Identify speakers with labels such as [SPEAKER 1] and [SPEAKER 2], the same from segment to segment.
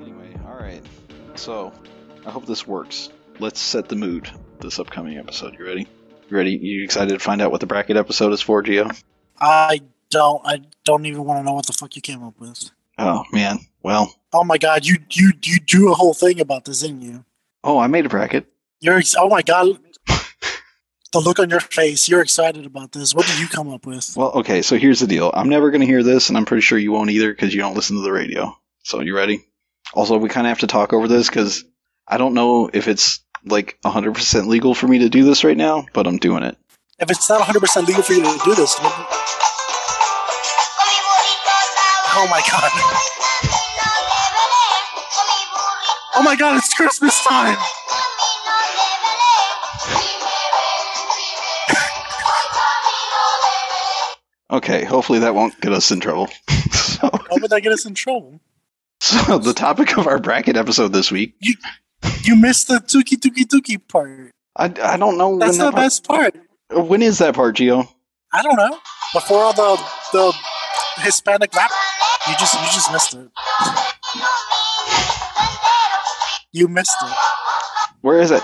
[SPEAKER 1] Anyway, all right. So, I hope this works. Let's set the mood this upcoming episode. You ready? You ready? You excited to find out what the bracket episode is for, Geo?
[SPEAKER 2] I don't. I don't even want to know what the fuck you came up with.
[SPEAKER 1] Oh man. Well.
[SPEAKER 2] Oh my god, you you you drew a whole thing about this, didn't you?
[SPEAKER 1] Oh, I made a bracket.
[SPEAKER 2] You're ex- oh my god. the look on your face. You're excited about this. What did you come up with?
[SPEAKER 1] Well, okay. So here's the deal. I'm never going to hear this, and I'm pretty sure you won't either because you don't listen to the radio. So you ready? Also, we kind of have to talk over this because I don't know if it's like 100% legal for me to do this right now, but I'm doing it.
[SPEAKER 2] If it's not 100% legal for you to do this, then- oh my god. Oh my god, it's Christmas time.
[SPEAKER 1] Okay. Hopefully that won't get us in trouble. so,
[SPEAKER 2] Why would Oh, that get us in trouble?
[SPEAKER 1] so the topic of our bracket episode this week.
[SPEAKER 2] You missed the tuki tuki tuki part.
[SPEAKER 1] I, I don't know when
[SPEAKER 2] That's the
[SPEAKER 1] that part-
[SPEAKER 2] best part.
[SPEAKER 1] When is that part, Geo?
[SPEAKER 2] I don't know. Before all the the Hispanic rap, you just you just missed it. You missed it.
[SPEAKER 1] Where is it?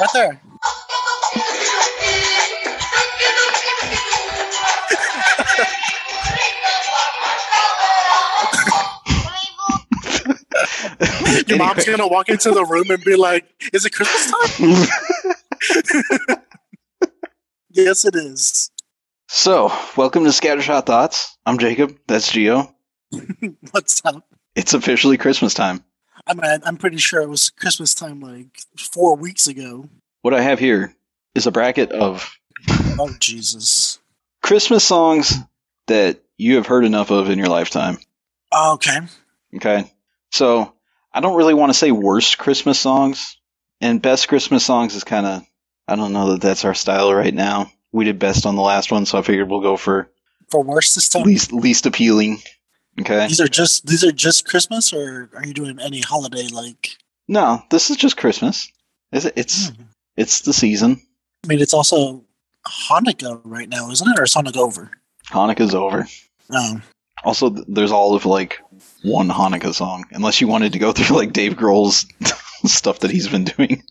[SPEAKER 2] Right there. Your mom's gonna walk into the room and be like, "Is it Christmas time?"
[SPEAKER 1] Anyway.
[SPEAKER 2] Yes, it is.
[SPEAKER 1] so, welcome to Scattershot Thoughts. I'm Jacob. That's Geo.
[SPEAKER 2] What's up?
[SPEAKER 1] It's officially Christmas time.
[SPEAKER 2] I mean, I'm pretty sure it was Christmas time like four weeks ago.
[SPEAKER 1] What I have here is a bracket of
[SPEAKER 2] Oh Jesus.
[SPEAKER 1] Christmas songs that you have heard enough of in your lifetime.
[SPEAKER 2] Oh, okay.
[SPEAKER 1] Okay. So, I don't really want to say worst Christmas songs, and best Christmas songs is kind of, I don't know that that's our style right now. We did best on the last one, so I figured we'll go for
[SPEAKER 2] For worse this time.
[SPEAKER 1] least least appealing. Okay.
[SPEAKER 2] These are just these are just Christmas, or are you doing any holiday like?
[SPEAKER 1] No, this is just Christmas. Is it? It's
[SPEAKER 2] Hmm.
[SPEAKER 1] it's the season.
[SPEAKER 2] I mean, it's also Hanukkah right now, isn't it? Or is Hanukkah over?
[SPEAKER 1] Hanukkah's over.
[SPEAKER 2] Oh,
[SPEAKER 1] Also, th- there's all of like one Hanukkah song, unless you wanted to go through like Dave Grohl's stuff that he's been doing.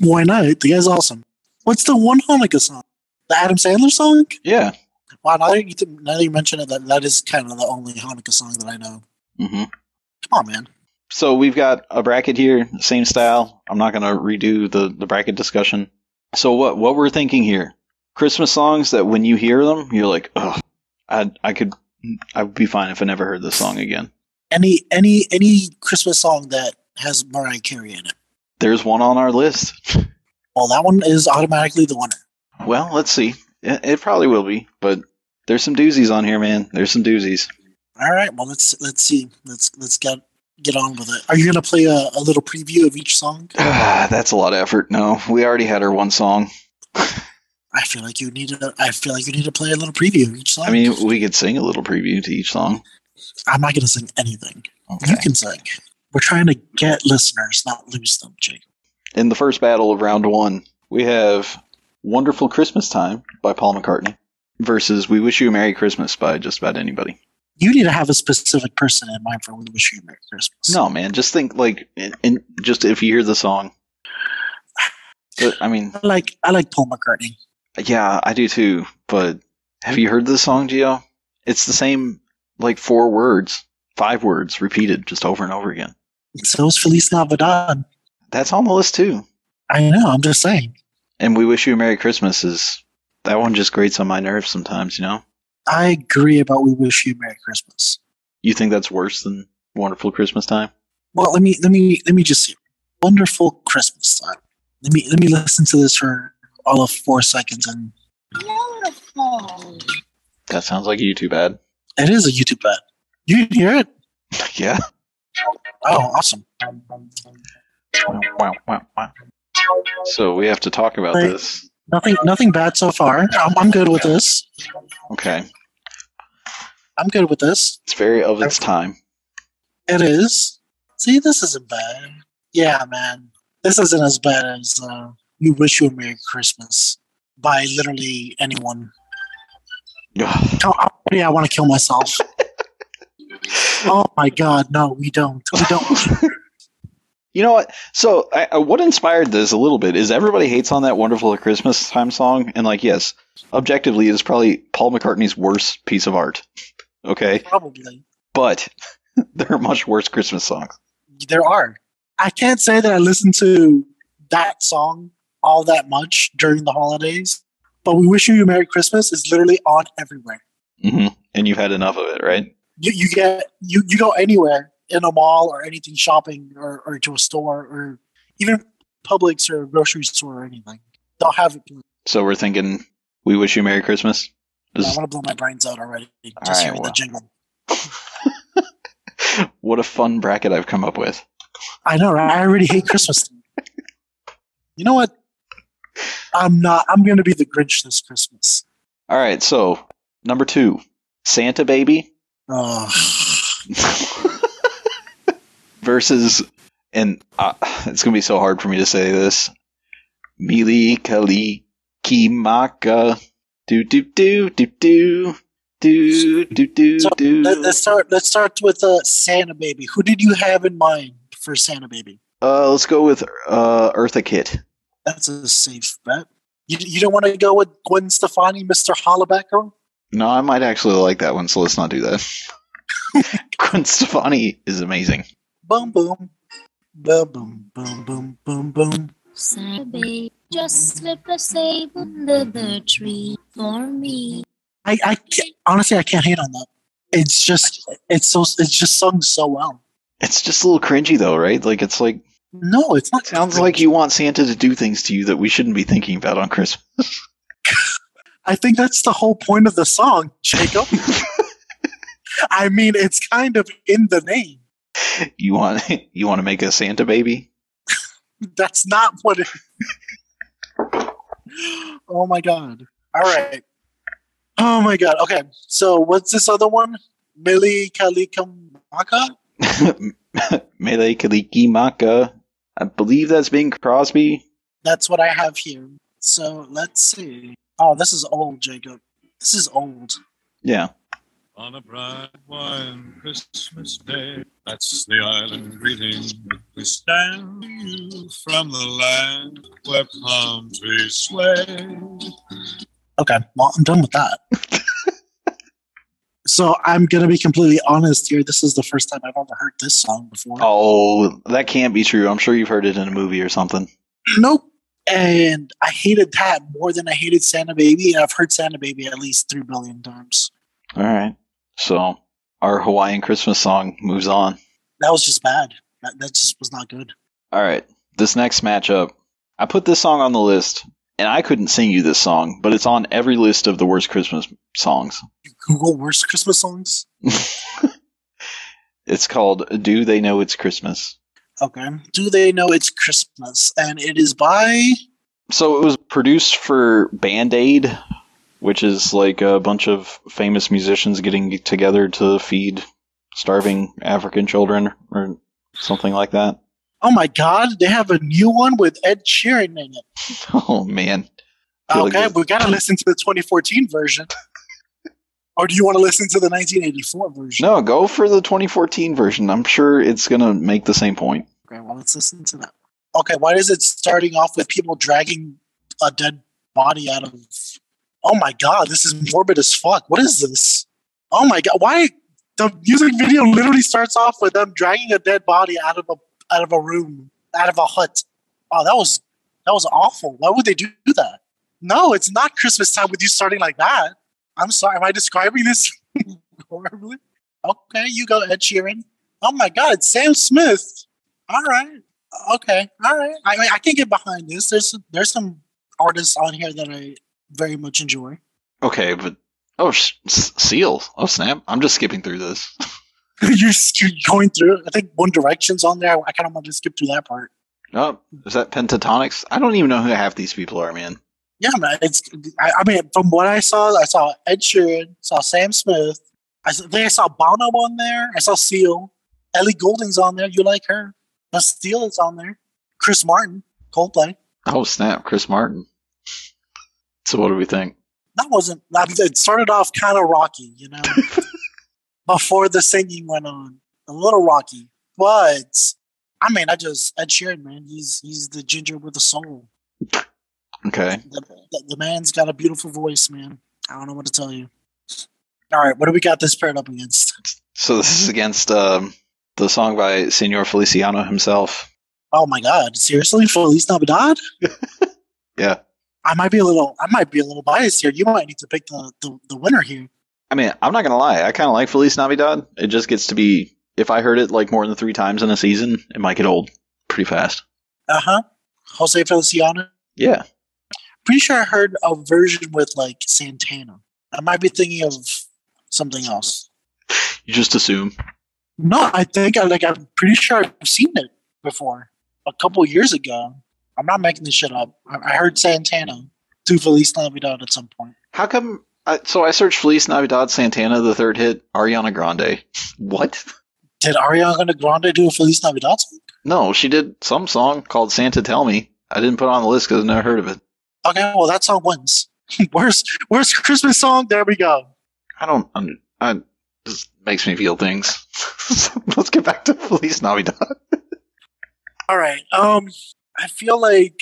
[SPEAKER 2] why not? The guy's awesome. What's the one Hanukkah song? The Adam Sandler song?
[SPEAKER 1] Yeah.
[SPEAKER 2] Wow, now that you, now that you mention it, that, that is kind of the only Hanukkah song that I know.
[SPEAKER 1] hmm
[SPEAKER 2] Come on, man.
[SPEAKER 1] So we've got a bracket here, same style. I'm not gonna redo the the bracket discussion. So what what we're thinking here? Christmas songs that when you hear them, you're like, oh, I I could I would be fine if I never heard this song again.
[SPEAKER 2] Any any any Christmas song that has Mariah Carey in it.
[SPEAKER 1] There's one on our list.
[SPEAKER 2] Well, that one is automatically the winner.
[SPEAKER 1] Well, let's see. It, it probably will be, but there's some doozies on here, man. There's some doozies.
[SPEAKER 2] All right. Well, let's let's see. Let's let's get get on with it. Are you gonna play a, a little preview of each song?
[SPEAKER 1] Ah, that's a lot of effort. No, we already had our one song.
[SPEAKER 2] I feel like you need to. I feel like you need to play a little preview of each song.
[SPEAKER 1] I mean, we could sing a little preview to each song.
[SPEAKER 2] I'm not gonna sing anything.
[SPEAKER 1] Okay.
[SPEAKER 2] You can sing. We're trying to get listeners, not lose them, Jake.
[SPEAKER 1] In the first battle of round one, we have Wonderful Christmas Time by Paul McCartney versus We Wish You a Merry Christmas by just about anybody.
[SPEAKER 2] You need to have a specific person in mind for when we wish you a Merry Christmas.
[SPEAKER 1] No, man, just think like, and, and just if you hear the song. But, I mean,
[SPEAKER 2] I like I like Paul McCartney.
[SPEAKER 1] Yeah, I do too. But have you heard this song, Gio? It's the same, like four words, five words repeated just over and over again.
[SPEAKER 2] So is Feliz Navidad.
[SPEAKER 1] That's on the list too.
[SPEAKER 2] I know. I'm just saying.
[SPEAKER 1] And we wish you a Merry Christmas is that one just grates on my nerves sometimes. You know,
[SPEAKER 2] I agree about we wish you a Merry Christmas.
[SPEAKER 1] you think that's worse than Wonderful Christmas Time?
[SPEAKER 2] Well, let me let me let me just see. Wonderful Christmas time. Let me let me listen to this for all of four seconds, and
[SPEAKER 1] That sounds like a YouTube ad.
[SPEAKER 2] it is a YouTube ad. You can hear it.
[SPEAKER 1] yeah.
[SPEAKER 2] Oh, awesome.
[SPEAKER 1] Wow, wow, wow. So we have to talk about
[SPEAKER 2] Right.
[SPEAKER 1] this.
[SPEAKER 2] Nothing, nothing bad so far. I'm, I'm good with this.
[SPEAKER 1] Okay.
[SPEAKER 2] I'm good with this.
[SPEAKER 1] It's very of its time.
[SPEAKER 2] It is. See, this isn't bad. Yeah, man. This isn't as bad as uh, You Wish You a Merry Christmas by literally anyone.
[SPEAKER 1] Ugh.
[SPEAKER 2] Oh, yeah, I want to kill myself. oh my god, no, we don't. We don't.
[SPEAKER 1] you know what? So, I, I, what inspired this a little bit is everybody hates on that wonderful Christmas time song, and like, yes, objectively, it's probably Paul McCartney's worst piece of art. Okay,
[SPEAKER 2] Probably.
[SPEAKER 1] but there are much worse Christmas songs.
[SPEAKER 2] There are. I can't say that I listen to that song all that much during the holidays, but We Wish You a Merry Christmas is literally on everywhere.
[SPEAKER 1] hmm And you've had enough of it, right?
[SPEAKER 2] You, you get you, you go anywhere in a mall or anything shopping or, or to a store or even Publix or a grocery store or anything. They'll have it. playing.
[SPEAKER 1] So we're thinking, we wish you Merry Christmas.
[SPEAKER 2] I
[SPEAKER 1] This-
[SPEAKER 2] want to blow my brains out already.
[SPEAKER 1] right,
[SPEAKER 2] Just hearing
[SPEAKER 1] well.
[SPEAKER 2] the jingle.
[SPEAKER 1] what a fun bracket I've come up with.
[SPEAKER 2] I know, right? I already hate Christmas. you know what? I'm not. I'm going to be the Grinch this Christmas.
[SPEAKER 1] All right, so number two, Santa Baby.
[SPEAKER 2] Ugh.
[SPEAKER 1] versus and uh, it's gonna be so hard for me to say this Mili Kali Kimaka do do do do do do do do
[SPEAKER 2] So, uh,
[SPEAKER 1] do
[SPEAKER 2] Let, us start. Let's start with uh, Santa Baby. Who did you have in mind for Santa Baby?
[SPEAKER 1] uh let's go with uh Eartha Kit.
[SPEAKER 2] That's a safe bet. You, you don't want to go with Gwen Stefani, Mr. Hollabacker?
[SPEAKER 1] No, I might actually like that one, so let's not do that. Gwen Stefani is amazing.
[SPEAKER 2] Boom, boom, boom, boom, boom, boom, boom, boom.
[SPEAKER 3] Santa baby, just slip a save under the tree for me.
[SPEAKER 2] I, I can't- honestly, I can't hate on that. It's just, it's so, it's just sung so well.
[SPEAKER 1] It's just a little cringy though, right? Like it's like
[SPEAKER 2] No, it's not.
[SPEAKER 1] sounds like you want Santa to do things to you that we shouldn't be thinking about on Christmas.
[SPEAKER 2] I think that's the whole point of the song, Jacob. I mean, it's kind of in the name.
[SPEAKER 1] You want you want to make a Santa baby?
[SPEAKER 2] That's not what it. oh my god! All right. Oh my god. Okay. So what's this other one? Millie Kalikamaka.
[SPEAKER 1] Mele Kaliki Maka. I believe that's Bing Crosby.
[SPEAKER 2] That's what I have here. So let's see. Oh, this is old, Jacob. This is old.
[SPEAKER 1] Yeah.
[SPEAKER 4] on a bright one Christmas day. That's the island greeting we stand to you from the land where palm trees sway.
[SPEAKER 2] Okay. Well, I'm done with that. so I'm gonna be completely honest here. This is the first time I've ever heard this song before.
[SPEAKER 1] Oh, that can't be true. I'm sure you've heard it in a movie or something.
[SPEAKER 2] Nope. And I hated that more than I hated Santa Baby. And I've heard Santa Baby at least three billion times.
[SPEAKER 1] All right. So our Hawaiian Christmas song moves on.
[SPEAKER 2] That was just bad. That, that just was not good.
[SPEAKER 1] All right. This next matchup, I put this song on the list, and I couldn't sing you this song, but it's on every list of the worst Christmas songs.
[SPEAKER 2] Google worst Christmas songs.
[SPEAKER 1] It's called "Do They Know It's Christmas."
[SPEAKER 2] Okay. Do they know it's Christmas? And it is by.
[SPEAKER 1] So it was produced for Band Aid, which is like a bunch of famous musicians getting together to feed starving African children or something like that.
[SPEAKER 2] Oh my God! They have a new one with Ed Sheeran in it.
[SPEAKER 1] Oh man. Feel like
[SPEAKER 2] Okay,
[SPEAKER 1] this-
[SPEAKER 2] we gotta listen to the 2014 version. or do you want to listen to the 1984 version?
[SPEAKER 1] No, go for the 2014 version. I'm sure it's going to make the same point.
[SPEAKER 2] Okay, well, let's listen to that. Okay, why is it starting off with people dragging a dead body out of? Oh my god, this is morbid as fuck. What is this? Oh my god, why the music video literally starts off with them dragging a dead body out of a out of a room, out of a hut. Oh, that was that was awful. Why would they do that? No, it's not Christmas time with you starting like that. I'm sorry, am I describing this horribly? Okay, you go, Ed Sheeran. Oh my god, it's Sam Smith all right, okay, all right. I mean, I can get behind this. There's there's some artists on here that I very much enjoy.
[SPEAKER 1] Okay, but oh, sh- s- Seal. Oh, snap. I'm just skipping through this.
[SPEAKER 2] you're, s- you're going through. I think One Direction's on there. I kind of want to skip through that part.
[SPEAKER 1] Oh, is that Pentatonics? I don't even know who half these people are, man.
[SPEAKER 2] Yeah, man. It's I, I mean, from what I saw, I saw Ed Sheeran, saw Sam Smith, I s- think I saw Bono on there. I saw Seal. Ellie Goulding's on there. You like her? But Steele is on there. Chris Martin, Coldplay.
[SPEAKER 1] Oh snap, Chris Martin. So what do we think?
[SPEAKER 2] That wasn't. I mean, It started off kind of rocky, you know, before the singing went on. A little rocky, but I mean, I just Ed Sheeran, man. He's he's the ginger with the soul.
[SPEAKER 1] Okay.
[SPEAKER 2] The, the, the man's got a beautiful voice, man. I don't know what to tell you. All right, what do we got this paired up against?
[SPEAKER 1] So this is against um, the song by Senor Feliciano himself.
[SPEAKER 2] Oh my God, seriously, Feliz Navidad?
[SPEAKER 1] Yeah.
[SPEAKER 2] I might be a little, I might be a little biased here. You might need to pick the the, the winner here.
[SPEAKER 1] I mean, I'm not gonna lie, I kinda like Feliz Navidad. It just gets to be if I heard it like more than three times in a season, it might get old pretty fast.
[SPEAKER 2] Uh huh. Jose Feliciano.
[SPEAKER 1] Yeah.
[SPEAKER 2] Pretty sure I heard a version with like Santana. I might be thinking of something else.
[SPEAKER 1] You just assume.
[SPEAKER 2] No, I think I like. I'm pretty sure I've seen it before a couple years ago. I'm not making this shit up. I, I heard Santana do Feliz Navidad at some point.
[SPEAKER 1] How come I, so I searched Feliz Navidad Santana the third hit, Ariana Grande. What?
[SPEAKER 2] Did Ariana Grande do a Feliz Navidad song?
[SPEAKER 1] No, she did some song called Santa Tell Me. I didn't put it on the list because I never heard of it.
[SPEAKER 2] Okay, well that song wins. worst worst Christmas song. There we go.
[SPEAKER 1] I don't. Under, I this makes me feel things. Let's get back to Feliz Navidad.
[SPEAKER 2] All right. Um, I feel like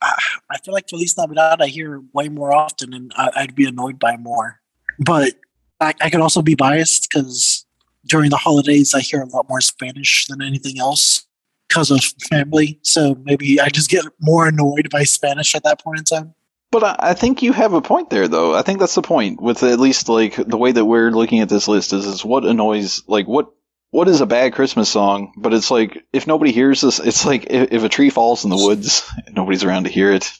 [SPEAKER 2] I I feel like Feliz Navidad. I hear way more often, and I, I'd be annoyed by more. But I, I could also be biased because during the holidays, I hear a lot more Spanish than anything else because of family. So maybe I just get more annoyed by Spanish at that point in time.
[SPEAKER 1] But I, I think you have a point there, though. I think that's the point with at least like the way that we're looking at this list is is what annoys like what what is a bad Christmas song? But it's like if nobody hears this, it's like if, if a tree falls in the woods, and nobody's around to hear it.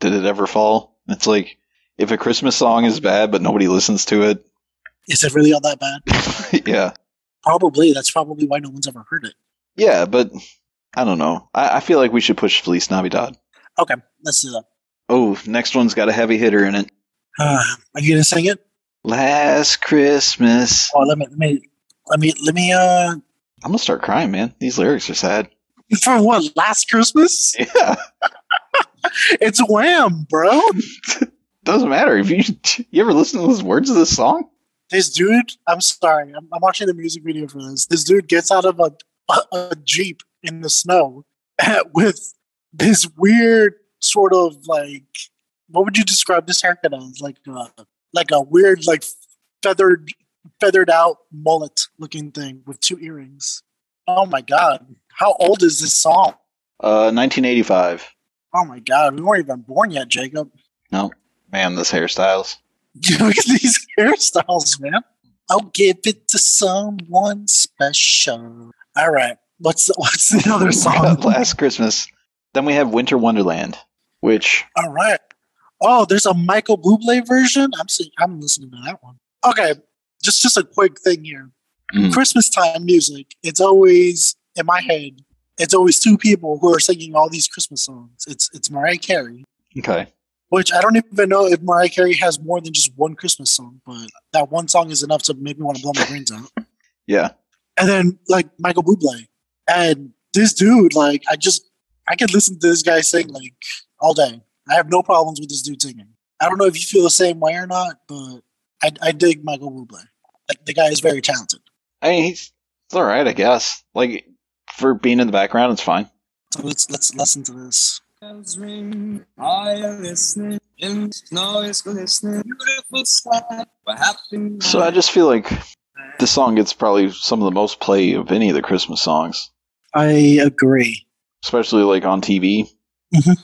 [SPEAKER 1] Did it ever fall? It's like if a Christmas song is bad, but nobody listens to it.
[SPEAKER 2] Is it really all that bad?
[SPEAKER 1] yeah.
[SPEAKER 2] Probably. That's probably why no one's ever heard it.
[SPEAKER 1] Yeah, but I don't know. I, I feel like we should push Felice Navidad.
[SPEAKER 2] Okay, let's do that.
[SPEAKER 1] Oh, next one's got a heavy hitter in it.
[SPEAKER 2] Uh, are you gonna sing it?
[SPEAKER 1] Last Christmas.
[SPEAKER 2] Oh, let me let me let me let me uh
[SPEAKER 1] I'm gonna start crying, man. These lyrics are sad.
[SPEAKER 2] for what? Last Christmas?
[SPEAKER 1] Yeah,
[SPEAKER 2] It's Wham, bro.
[SPEAKER 1] doesn't matter. If you you ever listen to the words of this song,
[SPEAKER 2] This dude, I'm sorry, I'm, I'm watching the music video for this. This dude gets out of a, a, a jeep in the snow with this weird sort of like, what would you describe this haircut as? Like a like a weird like feathered feathered out mullet looking thing with two earrings. Oh my god, how old is this song?
[SPEAKER 1] uh, 1985.
[SPEAKER 2] Oh my god, we weren't even born yet, Jacob.
[SPEAKER 1] Man, this hairstyles.
[SPEAKER 2] Look at these hairstyles, man. I'll give it to someone special. All right. What's the, what's the other song?
[SPEAKER 1] Last Christmas. Then we have Winter Wonderland, which
[SPEAKER 2] All right. Oh, there's a Michael Bublé version. I'm see, I'm listening to that one. Okay. Just just a quick thing here.
[SPEAKER 1] Mm.
[SPEAKER 2] Christmas time music. It's always in my head. It's always two people who are singing all these Christmas songs. It's it's Mariah Carey,
[SPEAKER 1] okay,
[SPEAKER 2] which I don't even know if Mariah Carey has more than just one Christmas song, but that one song is enough to make me want to blow my brains out.
[SPEAKER 1] yeah,
[SPEAKER 2] and then like Michael Bublé, and this dude, like I just I could listen to this guy sing like all day. I have no problems with this dude singing. I don't know if you feel the same way or not, but I, I dig Michael Bublé. The- The guy is very talented.
[SPEAKER 1] I mean he's it's all right, I guess. Like for being in the background, it's fine.
[SPEAKER 2] So let's let's listen to this.
[SPEAKER 5] bells ring. I am listening, and snow is glistening. Beautiful sight, what happened?
[SPEAKER 1] So I just feel like this song gets probably some of the most play of any of the Christmas songs,
[SPEAKER 2] I agree.
[SPEAKER 1] especially like on TV,
[SPEAKER 2] Mhm.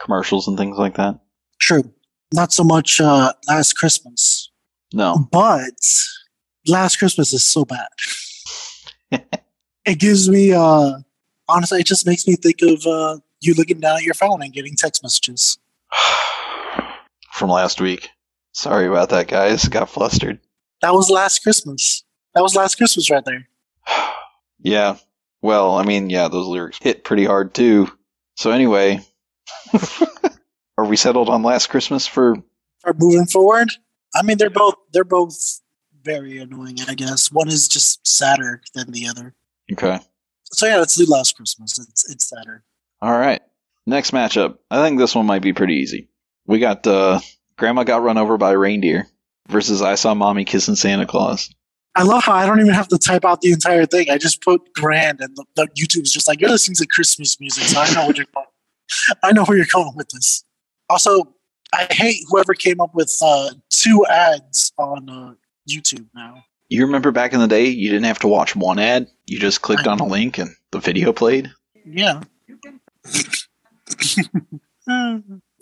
[SPEAKER 1] commercials and things like that.
[SPEAKER 2] True. Not so much uh, Last Christmas,
[SPEAKER 1] No,
[SPEAKER 2] but Last Christmas is so bad. it gives me uh, honestly, it just makes me think of uh, you looking down at your phone and getting text messages.
[SPEAKER 1] from last week. Sorry about that, guys. Got flustered.
[SPEAKER 2] That was last Christmas. That was last Christmas right there.
[SPEAKER 1] Yeah. Well, I mean, yeah, those lyrics hit pretty hard too. So anyway, are we settled on Last Christmas for?
[SPEAKER 2] Are moving forward. I mean, they're both they're both very annoying, I guess. One is just sadder than the other.
[SPEAKER 1] Okay.
[SPEAKER 2] So yeah, let's do Last Christmas. It's it's sadder.
[SPEAKER 1] All right. Next matchup. I think this one might be pretty easy. We got uh, Grandma Got Run Over by a Reindeer versus I Saw Mommy Kissing Santa Claus.
[SPEAKER 2] I love how I don't even have to type out the entire thing. I just put grand, and the, the YouTube's just like, "You're listening to Christmas music." So I know what you're going. I know where you're going with this. Also, I hate whoever came up with uh, two ads on uh, YouTube now.
[SPEAKER 1] You remember back in the day, you didn't have to watch one ad. You just clicked on a link and the video played.
[SPEAKER 2] Yeah.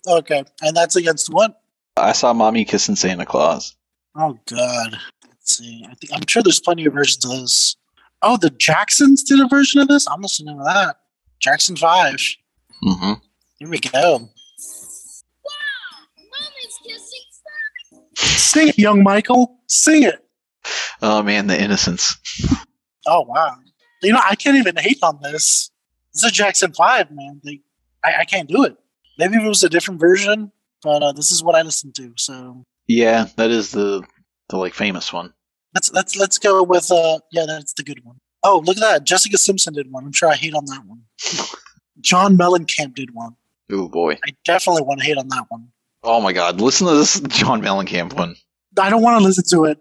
[SPEAKER 2] okay, and that's against what?
[SPEAKER 1] I Saw Mommy Kissing Santa Claus.
[SPEAKER 2] Oh God. Let's see. I think, I'm sure there's plenty of versions of this. Oh, the Jacksons did a version of this. I'm listening to that. Jackson Five.
[SPEAKER 1] Mm-hmm.
[SPEAKER 2] Here we go.
[SPEAKER 3] Mommy's kissing
[SPEAKER 2] Sing it, young Michael. Sing it.
[SPEAKER 1] Oh, man, the innocence.
[SPEAKER 2] Oh wow. You know, I can't even hate on this. This is Jackson Five, man. They, I, I can't do it. Maybe if it was a different version, but uh, this is what I listened to. So
[SPEAKER 1] Yeah, that is the, the like, famous one.
[SPEAKER 2] let's let's let's go with uh yeah, that's the good one. Oh, look at that. Jessica Simpson did one. I'm sure I hate on that one. John Mellencamp did one.
[SPEAKER 1] Oh, boy.
[SPEAKER 2] I definitely want to hate on that one.
[SPEAKER 1] Oh, my God. Listen to this John Mellencamp one.
[SPEAKER 2] I don't want to listen to it.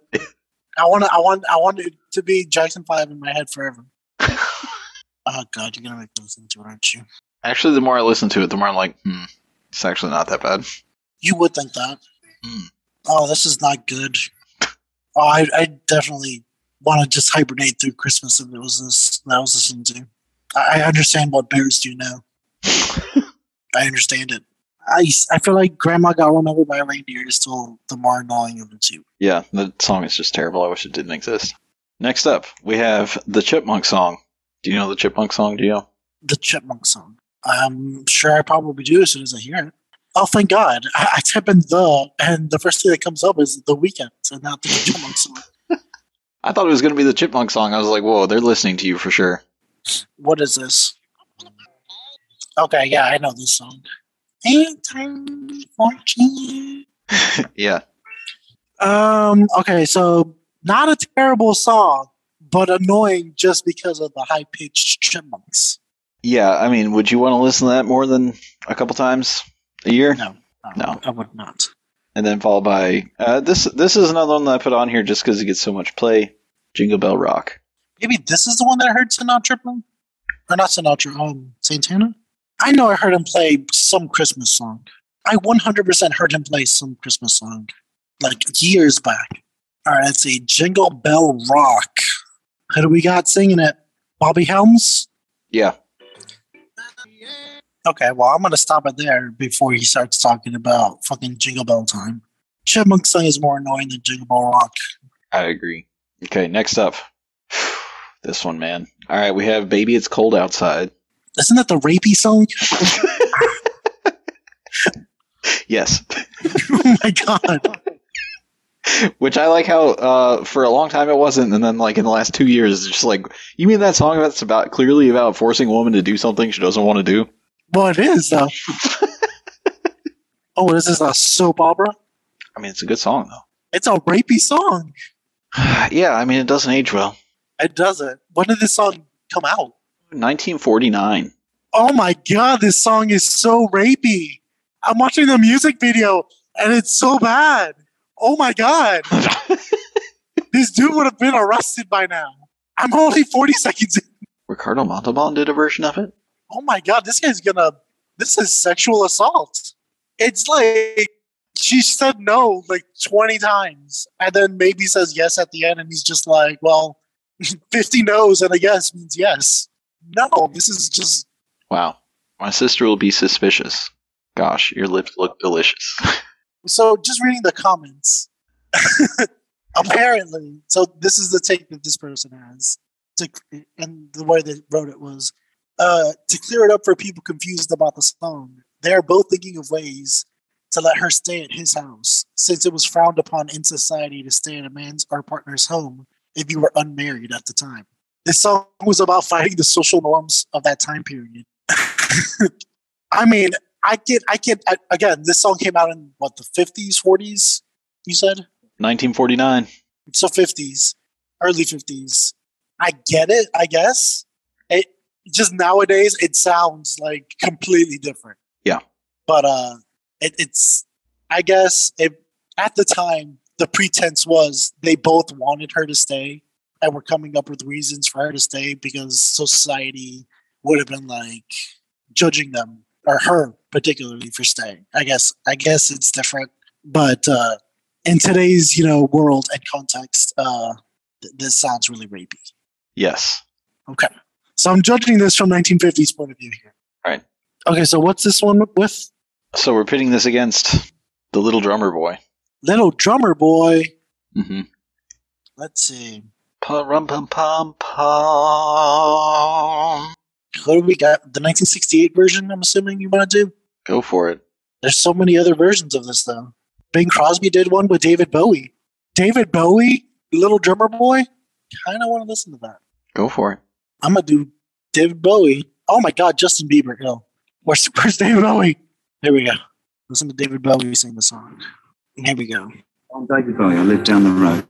[SPEAKER 2] I want to. I want. I want it to be Jackson Five in my head forever. oh God, you're gonna make me listen to it, aren't you?
[SPEAKER 1] Actually, the more I listen to it, the more I'm like, hmm, it's actually not that bad.
[SPEAKER 2] You would think that.
[SPEAKER 1] Hmm.
[SPEAKER 2] Oh, this is not good. Oh, I, I definitely want to just hibernate through Christmas if it was this that I was listening to. I, I understand what bears do now. I understand it. I, I feel like Grandma got run over by a reindeer is still the more annoying of the two.
[SPEAKER 1] Yeah, the song is just terrible. I wish it didn't exist. Next up, we have the Chipmunk song. Do you know the Chipmunk song, Gio?
[SPEAKER 2] the Chipmunk song. I'm sure I probably do as soon as I hear it. Oh, thank God. I, I type in the, and the first thing that comes up is the weekend, and not the Chipmunk song.
[SPEAKER 1] I thought it was going to be the Chipmunk song. I was like, whoa, they're listening to you for sure.
[SPEAKER 2] What is this? Okay, yeah, I know this song. Ain't time for change.
[SPEAKER 1] Yeah.
[SPEAKER 2] Um, okay, so not a terrible song, but annoying just because of the high pitched chipmunks.
[SPEAKER 1] Yeah, I mean, would you want to listen to that more than a couple times a year?
[SPEAKER 2] No.
[SPEAKER 1] No.
[SPEAKER 2] I would not.
[SPEAKER 1] And then followed by uh, this. This is another one that I put on here just because it gets so much play. Jingle Bell Rock.
[SPEAKER 2] Maybe this is the one that I heard Sinatra play? Or not Sinatra, um, Santana? I know I heard him play some Christmas song. I 100% heard him play some Christmas song, like years back. All right, let's see. Jingle Bell Rock. Who do we got singing it? Bobby Helms?
[SPEAKER 1] Yeah.
[SPEAKER 2] Okay, well, I'm going to stop it there before he starts talking about fucking Jingle Bell time. Chipmunk song is more annoying than Jingle Bell Rock.
[SPEAKER 1] I agree. Okay, next up. This one, man. All right, we have Baby It's Cold Outside.
[SPEAKER 2] Isn't that the rapey song?
[SPEAKER 1] Yes.
[SPEAKER 2] oh my God.
[SPEAKER 1] Which I like how uh, for a long time it wasn't, and then like in the last two years, it's just like you mean that song that's about clearly about forcing a woman to do something she doesn't want to do.
[SPEAKER 2] Well, it is, though. oh, this is a soap opera?
[SPEAKER 1] I mean, it's a good song though.
[SPEAKER 2] It's a rapey song.
[SPEAKER 1] yeah, I mean it doesn't age well.
[SPEAKER 2] It doesn't. When did this song come out?
[SPEAKER 1] 1949.
[SPEAKER 2] Oh my god, this song is so rapey. I'm watching the music video and it's so bad. Oh my god, this dude would have been arrested by now. I'm only 40 seconds in.
[SPEAKER 1] Ricardo Montalban did a version of it.
[SPEAKER 2] Oh my god, this guy's gonna. This is sexual assault. It's like she said no like 20 times and then maybe says yes at the end and he's just like, well, 50 no's and a yes means yes. No, this is just
[SPEAKER 1] Wow. My sister will be suspicious. Gosh, your lips look delicious.
[SPEAKER 2] so just reading the comments apparently so this is the take that this person has to, and the way they wrote it was uh, to clear it up for people confused about the song they're both thinking of ways to let her stay at his house since it was frowned upon in society to stay at a man's or partner's home if you were unmarried at the time this song was about fighting the social norms of that time period i mean I get, I get. I, again, this song came out in what the fifties, forties. You said
[SPEAKER 1] 1949.
[SPEAKER 2] So 50s, early 50s. I get it, I guess. It just nowadays it sounds like completely different.
[SPEAKER 1] Yeah.
[SPEAKER 2] But uh it, it's I guess it at the time the pretense was they both wanted her to stay and were coming up with reasons for her to stay because society would have been like judging them or her particularly for staying. I guess I guess it's different, but uh, in today's you know world and context, uh, th- this sounds really rapey.
[SPEAKER 1] Yes.
[SPEAKER 2] So I'm judging this from 1950s point of view here.
[SPEAKER 1] Right.
[SPEAKER 2] Okay, so what's this one with
[SPEAKER 1] So we're pitting this against the Little Drummer Boy.
[SPEAKER 2] Little Drummer Boy?
[SPEAKER 1] Mm-hmm.
[SPEAKER 2] Let's see.
[SPEAKER 1] Pum pum pum pum.
[SPEAKER 2] What do we got? The 1968 version, I'm assuming you want to do?
[SPEAKER 1] Go for it.
[SPEAKER 2] There's so many other versions of this, though. Bing Crosby did one with David Bowie. David Bowie, Little Drummer Boy? Kind of want to listen to that.
[SPEAKER 1] Go for it.
[SPEAKER 2] I'm going to do David Bowie. Oh my God, Justin Bieber. No. Where's, where's David Bowie? There we go. Listen to David Bowie sing the song. Here we go.
[SPEAKER 6] I'm David Bowie. I live down the road.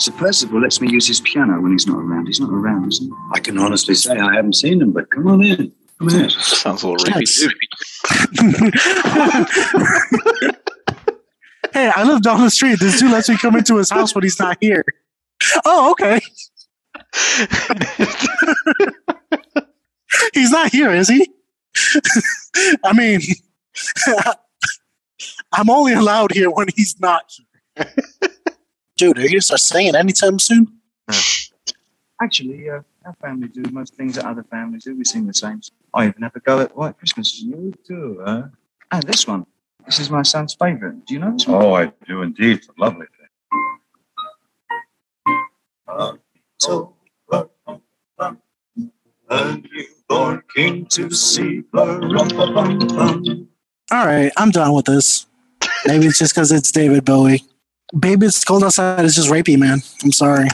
[SPEAKER 6] Sir Percival lets me use his piano when he's not around. He's not around, is he? I can honestly say I haven't seen him, but come on in. Come in.
[SPEAKER 1] Sounds a little rapey
[SPEAKER 2] Yes.
[SPEAKER 1] too.
[SPEAKER 2] hey, I live down the street. This dude lets me come into his house when he's not here. Oh, okay. He's not here, is he? I mean, I'm only allowed here when he's not here. Dude, are you gonna start singing anytime soon?
[SPEAKER 6] Actually, uh, our family do most things that other families do. We sing the same. song. I even have a go at White Christmas. You do, huh? And this one. This is my son's favourite. Do you know this one?
[SPEAKER 4] Oh, I do indeed. Lovely thing.
[SPEAKER 6] So,
[SPEAKER 4] A newborn king to see. Ba-rum-ba-bum-bum.
[SPEAKER 2] All right, I'm done with this. Maybe it's just because it's David Bowie. Baby, it's cold outside. It's just rapey, man. I'm sorry.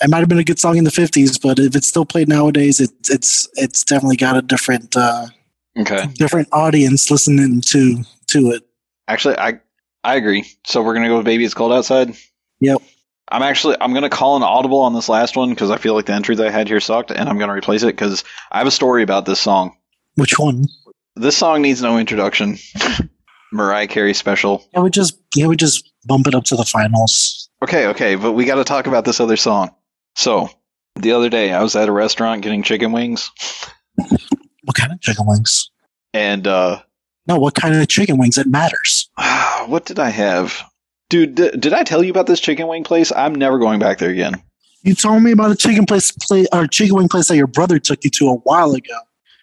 [SPEAKER 2] It might have been a good song in the '50s, but if it's still played nowadays, it, it's it's definitely got a different uh,
[SPEAKER 1] Okay.
[SPEAKER 2] different audience listening to to it.
[SPEAKER 1] Actually, I I agree. So we're gonna go with "Baby It's Cold Outside."
[SPEAKER 2] Yep.
[SPEAKER 1] I'm actually I'm gonna call an audible on this last one because I feel like the entry that I had here sucked, and I'm gonna replace it because I have a story about this song.
[SPEAKER 2] Which one?
[SPEAKER 1] This song needs no introduction. Mariah Carey special.
[SPEAKER 2] Yeah, we just yeah we just bump it up to the finals.
[SPEAKER 1] Okay, okay, but we got to talk about this other song. So the other day, I was at a restaurant getting chicken wings,
[SPEAKER 2] What kind of chicken wings?
[SPEAKER 1] and uh,
[SPEAKER 2] No, what kind of chicken wings? It matters.
[SPEAKER 1] what did I have? Dude, d- did I tell you about this chicken wing place? I'm never going back there again.
[SPEAKER 2] You told me about a chicken place, play, or chicken wing place that your brother took you to a while ago.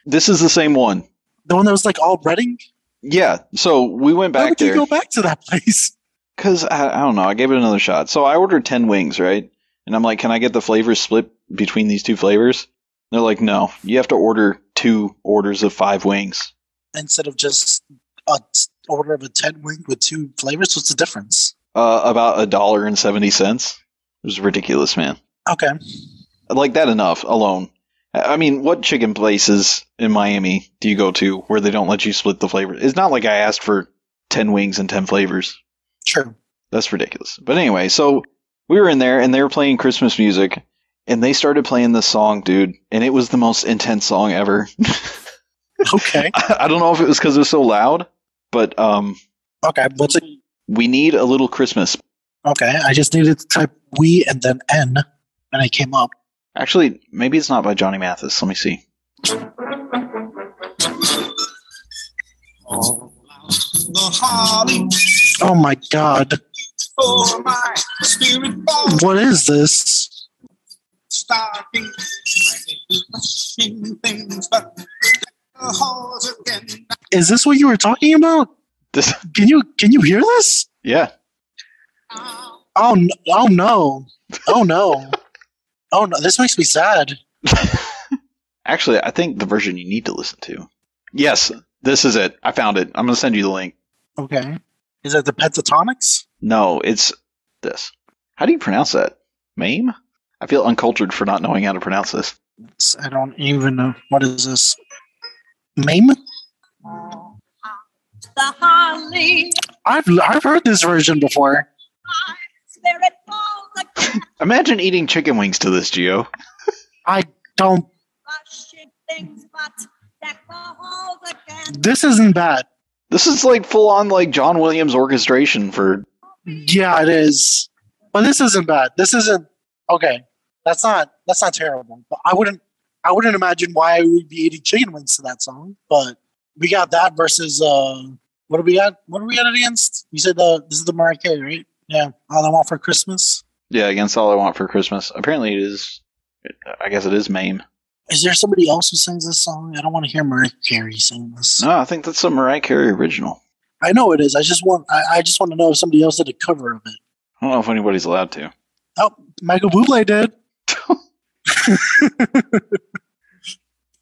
[SPEAKER 1] This is the same one.
[SPEAKER 2] The one that was like all breading.
[SPEAKER 1] Yeah, so we went
[SPEAKER 2] Why
[SPEAKER 1] back
[SPEAKER 2] would
[SPEAKER 1] there.
[SPEAKER 2] you go back to that place?
[SPEAKER 1] Because I, I don't know. I gave it another shot. So I ordered 10 wings, right? And I'm like, can I get the flavors split between these two flavors? And they're like, no, you have to order two orders of five wings.
[SPEAKER 2] instead of just a t- order of a 10 wing with two flavors? What's the difference?
[SPEAKER 1] Uh, about a dollar and 70 cents. It was ridiculous, man.
[SPEAKER 2] Okay.
[SPEAKER 1] I like that enough alone. I I mean, what chicken places in Miami do you go to where they don't let you split the flavors? It's not like I asked for 10 wings and 10 flavors.
[SPEAKER 2] True.
[SPEAKER 1] That's ridiculous. But anyway, so we were in there and they were playing Christmas music and they started playing this song, dude, and it was the most intense song ever.
[SPEAKER 2] Okay.
[SPEAKER 1] I don't know if it was because it was so loud, but um,
[SPEAKER 2] okay. What's it?
[SPEAKER 1] we need a little Christmas.
[SPEAKER 2] Okay. I just needed to type we and then N, and I came up.
[SPEAKER 1] Actually, maybe it's not by Johnny Mathis. Let me see.
[SPEAKER 4] Oh. The holly
[SPEAKER 2] Oh my God.
[SPEAKER 4] for my spirit box.
[SPEAKER 2] What is this?
[SPEAKER 4] stocking. Machine things, but the horse again.
[SPEAKER 2] Is this what you were talking about?
[SPEAKER 1] This,
[SPEAKER 2] Can you can you hear this?
[SPEAKER 1] yeah,
[SPEAKER 2] Oh no. Oh no. Oh no. Oh no. This makes me sad.
[SPEAKER 1] actually, I think the version you need to listen to. Yes, this is it. I found it. I'm gonna send you the link.
[SPEAKER 2] Okay. Is that the pentatonics?
[SPEAKER 1] No, it's this. How do you pronounce that? Mame? I feel uncultured for not knowing how to pronounce this.
[SPEAKER 2] It's- I don't even know. What is this? Mame?
[SPEAKER 7] the holly,
[SPEAKER 2] I've I've heard this version before.
[SPEAKER 7] my spirit falls again.
[SPEAKER 1] Imagine eating chicken wings to this, Geo.
[SPEAKER 2] I don't.
[SPEAKER 7] Rushing things, but deck the halls again.
[SPEAKER 2] This isn't bad.
[SPEAKER 1] This is like full on like John Williams orchestration for.
[SPEAKER 2] Yeah, it is. But this isn't bad. This isn't okay. That's not that's not terrible. But I wouldn't I wouldn't imagine why I would be eating chicken wings to that song. But we got that versus uh what do we got? What do we got against? You said the this is the Mariah Carey, right? Yeah. All I want for Christmas.
[SPEAKER 1] Yeah, against all I want for Christmas. Apparently, it is. I guess it is Mame.
[SPEAKER 2] Is there somebody else who sings this song? I don't want to hear Mariah Carey sing this.
[SPEAKER 1] No, I think that's a Mariah Carey original.
[SPEAKER 2] I know it is. I just want I, I just want to know if somebody else did a cover of it.
[SPEAKER 1] I don't know if anybody's allowed to.
[SPEAKER 2] Oh, Michael Bublé did.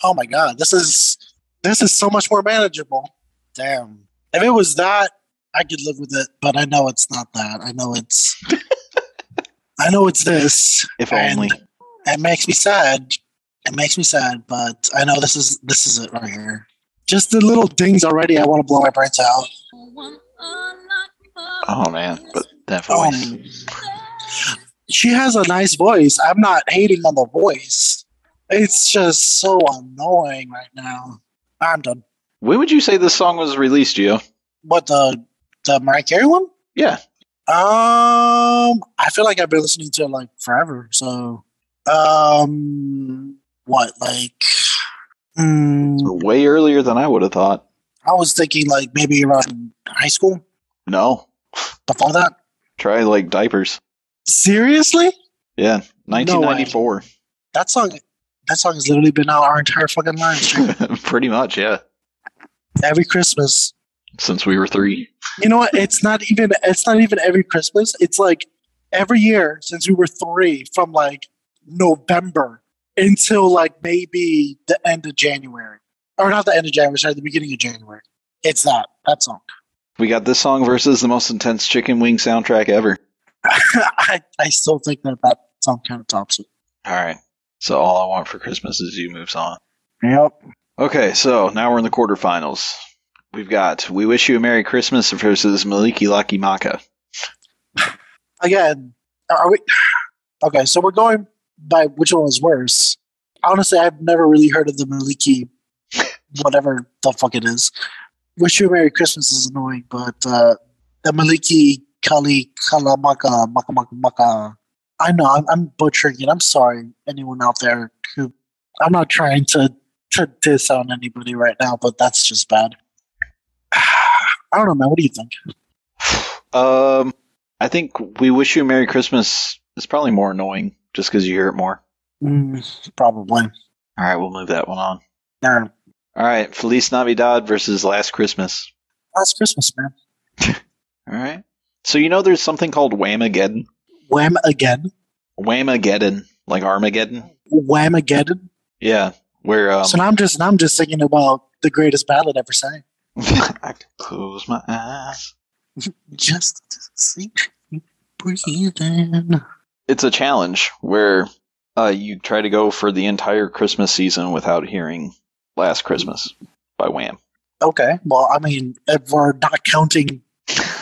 [SPEAKER 2] oh my god, this is this is so much more manageable. Damn. If it was that, I could live with it, but I know it's not that. I know it's I know it's this.
[SPEAKER 1] If
[SPEAKER 2] And
[SPEAKER 1] only.
[SPEAKER 2] It makes me sad. It makes me sad, but I know this is this is it right here. Just the little dings already, I want to blow my brains out.
[SPEAKER 1] Oh man, but that
[SPEAKER 2] Oh,
[SPEAKER 1] voice.
[SPEAKER 2] she has a nice voice. I'm not hating on the voice. It's just so annoying right now. I'm done.
[SPEAKER 1] When would you say this song was released, Geo?
[SPEAKER 2] What the the Mariah Carey one?
[SPEAKER 1] Yeah,
[SPEAKER 2] Um, I feel like I've been listening to it like forever. So, um, what like? Mm,
[SPEAKER 1] way earlier than I would have thought.
[SPEAKER 2] I was thinking like maybe around high school
[SPEAKER 1] No,
[SPEAKER 2] before that.
[SPEAKER 1] try like diapers.
[SPEAKER 2] Seriously,
[SPEAKER 1] Yeah, 1994.
[SPEAKER 2] that song that song has literally been out our entire fucking lives.
[SPEAKER 1] Pretty much, yeah.
[SPEAKER 2] Every Christmas,
[SPEAKER 1] Since we were three.
[SPEAKER 2] You know what? It's not even it's not even every Christmas. It's like every year since we were three, from like November until like maybe the end of January. Or not the end of January, sorry, the beginning of January. It's that. That song.
[SPEAKER 1] We got this song versus the most intense chicken wing soundtrack ever.
[SPEAKER 2] I, I still think that that song kind of tops it.
[SPEAKER 1] All right. So all I want for Christmas is you moves on.
[SPEAKER 2] Yep.
[SPEAKER 1] Okay, so now we're in the quarterfinals. We've got We Wish You a Merry Christmas versus Maliki Laki Maka.
[SPEAKER 2] Again, are we okay, so we're going by which one was worse. Honestly, I've never really heard of the Maliki whatever the fuck it is. Wish you a Merry Christmas is annoying, but uh, the Maliki Kali Kalamaka Maka Maka Maka. I know I'm, I'm butchering it. I'm sorry, anyone out there who I'm not trying to to diss on anybody right now, but that's just bad. I don't know, man. What do you think?
[SPEAKER 1] Um, I think We Wish You a Merry Christmas is probably more annoying just because you hear it more.
[SPEAKER 2] Mm, probably.
[SPEAKER 1] All right, we'll move that one on.
[SPEAKER 2] Nah,
[SPEAKER 1] All right, Feliz Navidad versus Last Christmas.
[SPEAKER 2] last Christmas, man.
[SPEAKER 1] All right. So you know there's something called Whamageddon?
[SPEAKER 2] Wham again.
[SPEAKER 1] Whamageddon, like Armageddon?
[SPEAKER 2] Whamageddon.
[SPEAKER 1] Yeah, where um,
[SPEAKER 2] so now I'm just now I'm just thinking about the greatest ballad ever sang.
[SPEAKER 1] I could close my eyes.
[SPEAKER 2] Just see you breathing.
[SPEAKER 1] It's a challenge where uh, you try to go for the entire Christmas season without hearing Last Christmas by Wham.
[SPEAKER 2] Okay. Well, I mean, if we're not counting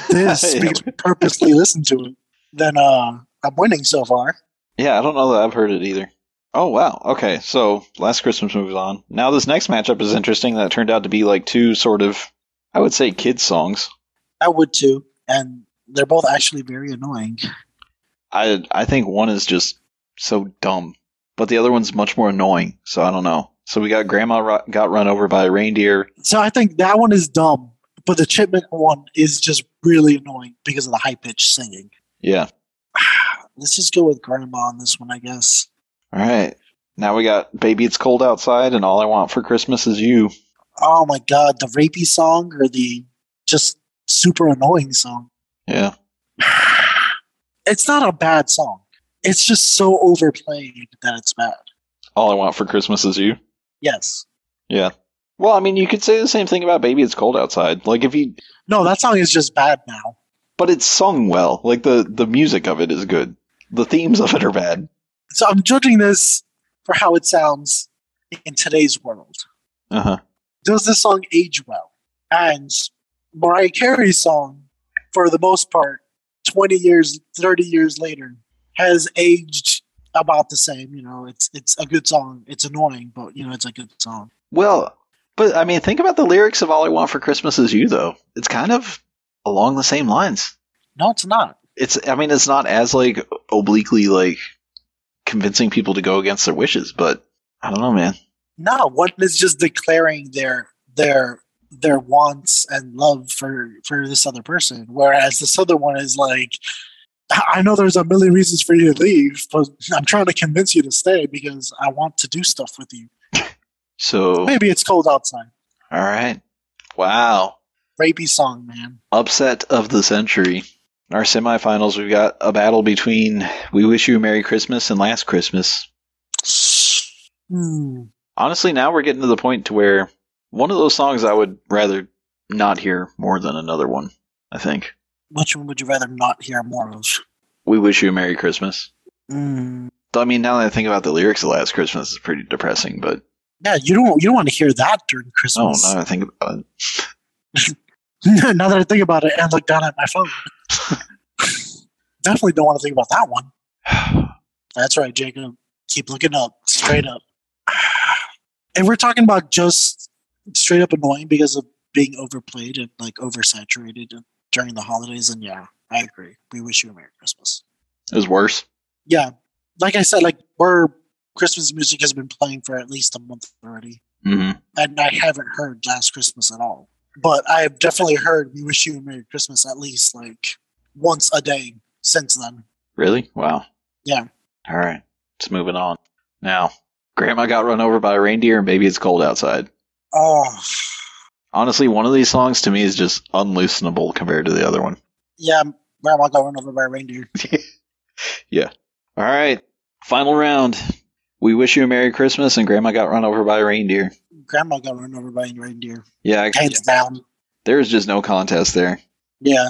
[SPEAKER 2] this,
[SPEAKER 1] Yeah.
[SPEAKER 2] we purposely listen to it. Then uh, I'm winning so far.
[SPEAKER 1] Yeah, I don't know that I've heard it either. Oh, wow. Okay, so Last Christmas moves on. Now, this next matchup is interesting. That turned out to be like two sort of, I would say, kids' songs.
[SPEAKER 2] I would too, and they're both actually very annoying.
[SPEAKER 1] I, I think one is just so dumb, but the other one's much more annoying, so I don't know. So we got Grandma Ru- Got Run Over by a Reindeer.
[SPEAKER 2] So I think that one is dumb, but the Chipmunk one is just really annoying because of the high pitched singing.
[SPEAKER 1] Yeah.
[SPEAKER 2] Let's just go with Grandma on this one, I guess.
[SPEAKER 1] All right. Now we got Baby It's Cold Outside and All I Want for Christmas is You.
[SPEAKER 2] Oh my god, the rapey song or the just super annoying song.
[SPEAKER 1] Yeah.
[SPEAKER 2] it's not a bad song. It's just so overplayed that it's bad.
[SPEAKER 1] All I Want for Christmas is You.
[SPEAKER 2] Yes.
[SPEAKER 1] Yeah. Well, I mean, you could say the same thing about Baby It's Cold Outside. Like if you
[SPEAKER 2] No, that song is just bad now.
[SPEAKER 1] but it's sung well. Like the the music of it is good. The themes of it are bad.
[SPEAKER 2] So I'm judging this for how it sounds in today's world.
[SPEAKER 1] Uh-huh.
[SPEAKER 2] Does this song age well? And Mariah Carey's song, for the most part, 20 years, 30 years later, has aged about the same. You know, it's it's a good song. It's annoying, but you know, it's a good song.
[SPEAKER 1] Well, but I mean, think about the lyrics of All I Want for Christmas Is You, though. It's kind of along the same lines.
[SPEAKER 2] No, it's not.
[SPEAKER 1] It's, I mean, it's not as, like, obliquely, like, convincing people to go against their wishes, but I don't know, man.
[SPEAKER 2] No, one is just declaring their their their wants and love for for this other person, whereas this other one is like, I I know there's a million reasons for you to leave, but I'm trying to convince you to stay because I want to do stuff with you.
[SPEAKER 1] So,
[SPEAKER 2] Maybe it's cold outside.
[SPEAKER 1] all right. Wow.
[SPEAKER 2] Rapey song, man.
[SPEAKER 1] upset of the century. In our semifinals, we've got a battle between We Wish You a Merry Christmas and Last Christmas.
[SPEAKER 2] Hmm.
[SPEAKER 1] Honestly, now we're getting to the point to where one of those songs I would rather not hear more than another one, I think.
[SPEAKER 2] Which one would you rather not hear more of?
[SPEAKER 1] We Wish You a Merry Christmas.
[SPEAKER 2] Mm.
[SPEAKER 1] Though, I mean, now that I think about the lyrics of Last Christmas, it's pretty depressing, but
[SPEAKER 2] Yeah, you don't you don't want to hear that during
[SPEAKER 1] oh,
[SPEAKER 2] Christmas.
[SPEAKER 1] now that I think about it.
[SPEAKER 2] now that I think about it and look down at my phone, definitely don't want to think about that one. That's right, Jacob. Keep looking up, straight up. And we're talking about just straight up annoying because of being overplayed and like oversaturated during the holidays. And yeah, I agree. We wish you a Merry Christmas.
[SPEAKER 1] It was worse.
[SPEAKER 2] Yeah, like I said, like our Christmas music has been playing for at least a month already
[SPEAKER 1] hmm
[SPEAKER 2] and I haven't heard Last Christmas at all. But I have definitely heard We Wish You a Merry Christmas at least like once a day since then.
[SPEAKER 1] Really? Wow.
[SPEAKER 2] Yeah.
[SPEAKER 1] All right. It's moving on. Now, Grandma got run over by a reindeer and Baby It's Cold Outside.
[SPEAKER 2] Oh,
[SPEAKER 1] Honestly, one of these songs to me is just unloosenable compared to the other one.
[SPEAKER 2] yeah, Grandma got run over by a reindeer.
[SPEAKER 1] All right, final round. We wish you a Merry Christmas and Grandma got run over by a reindeer.
[SPEAKER 2] Grandma got run over by a reindeer.
[SPEAKER 1] Yeah, I-
[SPEAKER 2] Hands down.
[SPEAKER 1] there is just no contest there.
[SPEAKER 2] Yeah.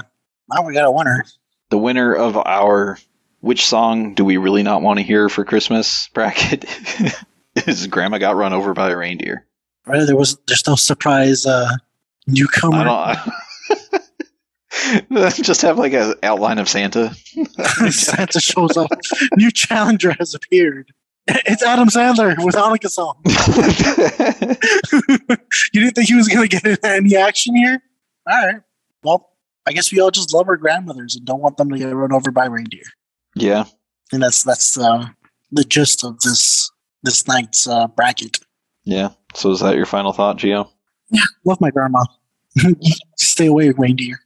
[SPEAKER 2] Now we got a winner.
[SPEAKER 1] The winner of our which song do we really not want to hear for Christmas bracket is Grandma got run over by a reindeer.
[SPEAKER 2] Right? There was there's no surprise uh newcomer.
[SPEAKER 1] I don't. just have like an outline of Santa.
[SPEAKER 2] Santa shows up. New challenger has appeared. It's Adam Sandler with Hanukkah song. you didn't think he was going to get in any action here? All right. Well, I guess we all just love our grandmothers and don't want them to get run over by reindeer.
[SPEAKER 1] yeah,
[SPEAKER 2] And that's that's uh, the gist of this this night's uh, bracket.
[SPEAKER 1] yeah. So is that your final thought, Gio?
[SPEAKER 2] Love my grandma. Stay away, reindeer.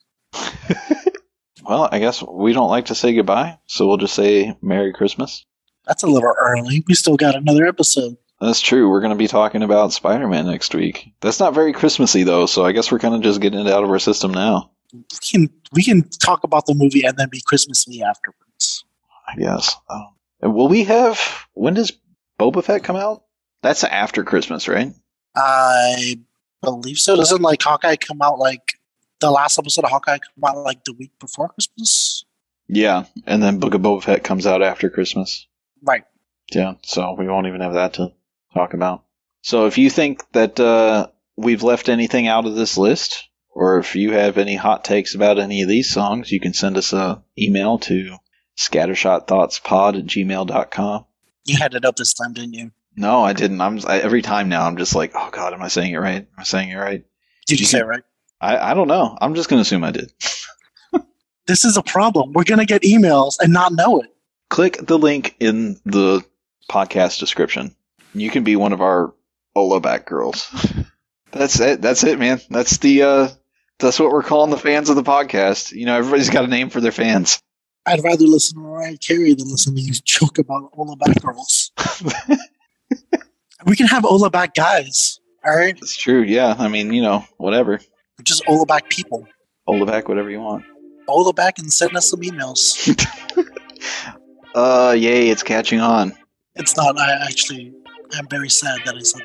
[SPEAKER 1] Well, I guess we don't like to say goodbye, so we'll just say Merry Christmas.
[SPEAKER 2] That's a little early. We still got another episode.
[SPEAKER 1] That's true. We're going to be talking about Spider Man next week. That's not very Christmassy, though, so I guess we're kind of just getting it out of our system now,
[SPEAKER 2] We can we can talk about the movie and then be Christmasy afterwards.
[SPEAKER 1] I guess. Um, and will we have. When does Boba Fett come out? That's after Christmas, right?
[SPEAKER 2] I believe so. Doesn't like Hawkeye come out like the last episode of Hawkeye come out like the week before Christmas?
[SPEAKER 1] Yeah, and then Book of Boba Fett comes out after Christmas.
[SPEAKER 2] Right.
[SPEAKER 1] Yeah, so we won't even have that to talk about. So if you think that uh, we've left anything out of this list, or if you have any hot takes about any of these songs, you can send us a email to scattershotthoughtspod at gmail.com.
[SPEAKER 2] You had it up this time, didn't you?
[SPEAKER 1] No, I didn't. I'm I, every time now. I'm just like, oh god, am I saying it right? Am I saying it right?
[SPEAKER 2] Did you say it right?
[SPEAKER 1] I, I don't know. I'm just gonna assume I did.
[SPEAKER 2] This is a problem. We're gonna get emails and not know it.
[SPEAKER 1] click the link in the podcast description. You can be one of our Ola back girls. that's it. That's it, man. That's the uh that's what we're calling the fans of the podcast. You know, everybody's got a name for their fans.
[SPEAKER 2] I'd rather listen to Mariah Carey than listen to you joke about Ola back girls. we can have Ola back guys. All right,
[SPEAKER 1] It's true. Yeah. I mean, you know, whatever.
[SPEAKER 2] We're just Ola back people.
[SPEAKER 1] Ola back, whatever you want.
[SPEAKER 2] Ola back and send us some emails.
[SPEAKER 1] Uh, yay! It's catching on.
[SPEAKER 2] It's not. I actually, I'm very sad that I said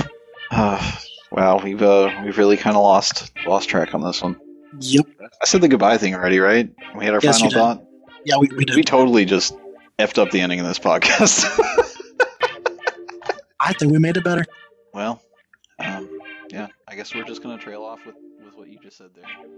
[SPEAKER 2] that.
[SPEAKER 1] Uh, wow, we've uh we've really kind of lost lost track on this one.
[SPEAKER 2] Yep.
[SPEAKER 1] I said the goodbye thing already, right? We had our
[SPEAKER 2] Yes,
[SPEAKER 1] final
[SPEAKER 2] you did.
[SPEAKER 1] thought.
[SPEAKER 2] Yeah, we, we did.
[SPEAKER 1] We totally just effed up the ending of this podcast.
[SPEAKER 2] I think we made it better.
[SPEAKER 1] Well, um, yeah, I guess we're just going to trail off with, with what you just said there.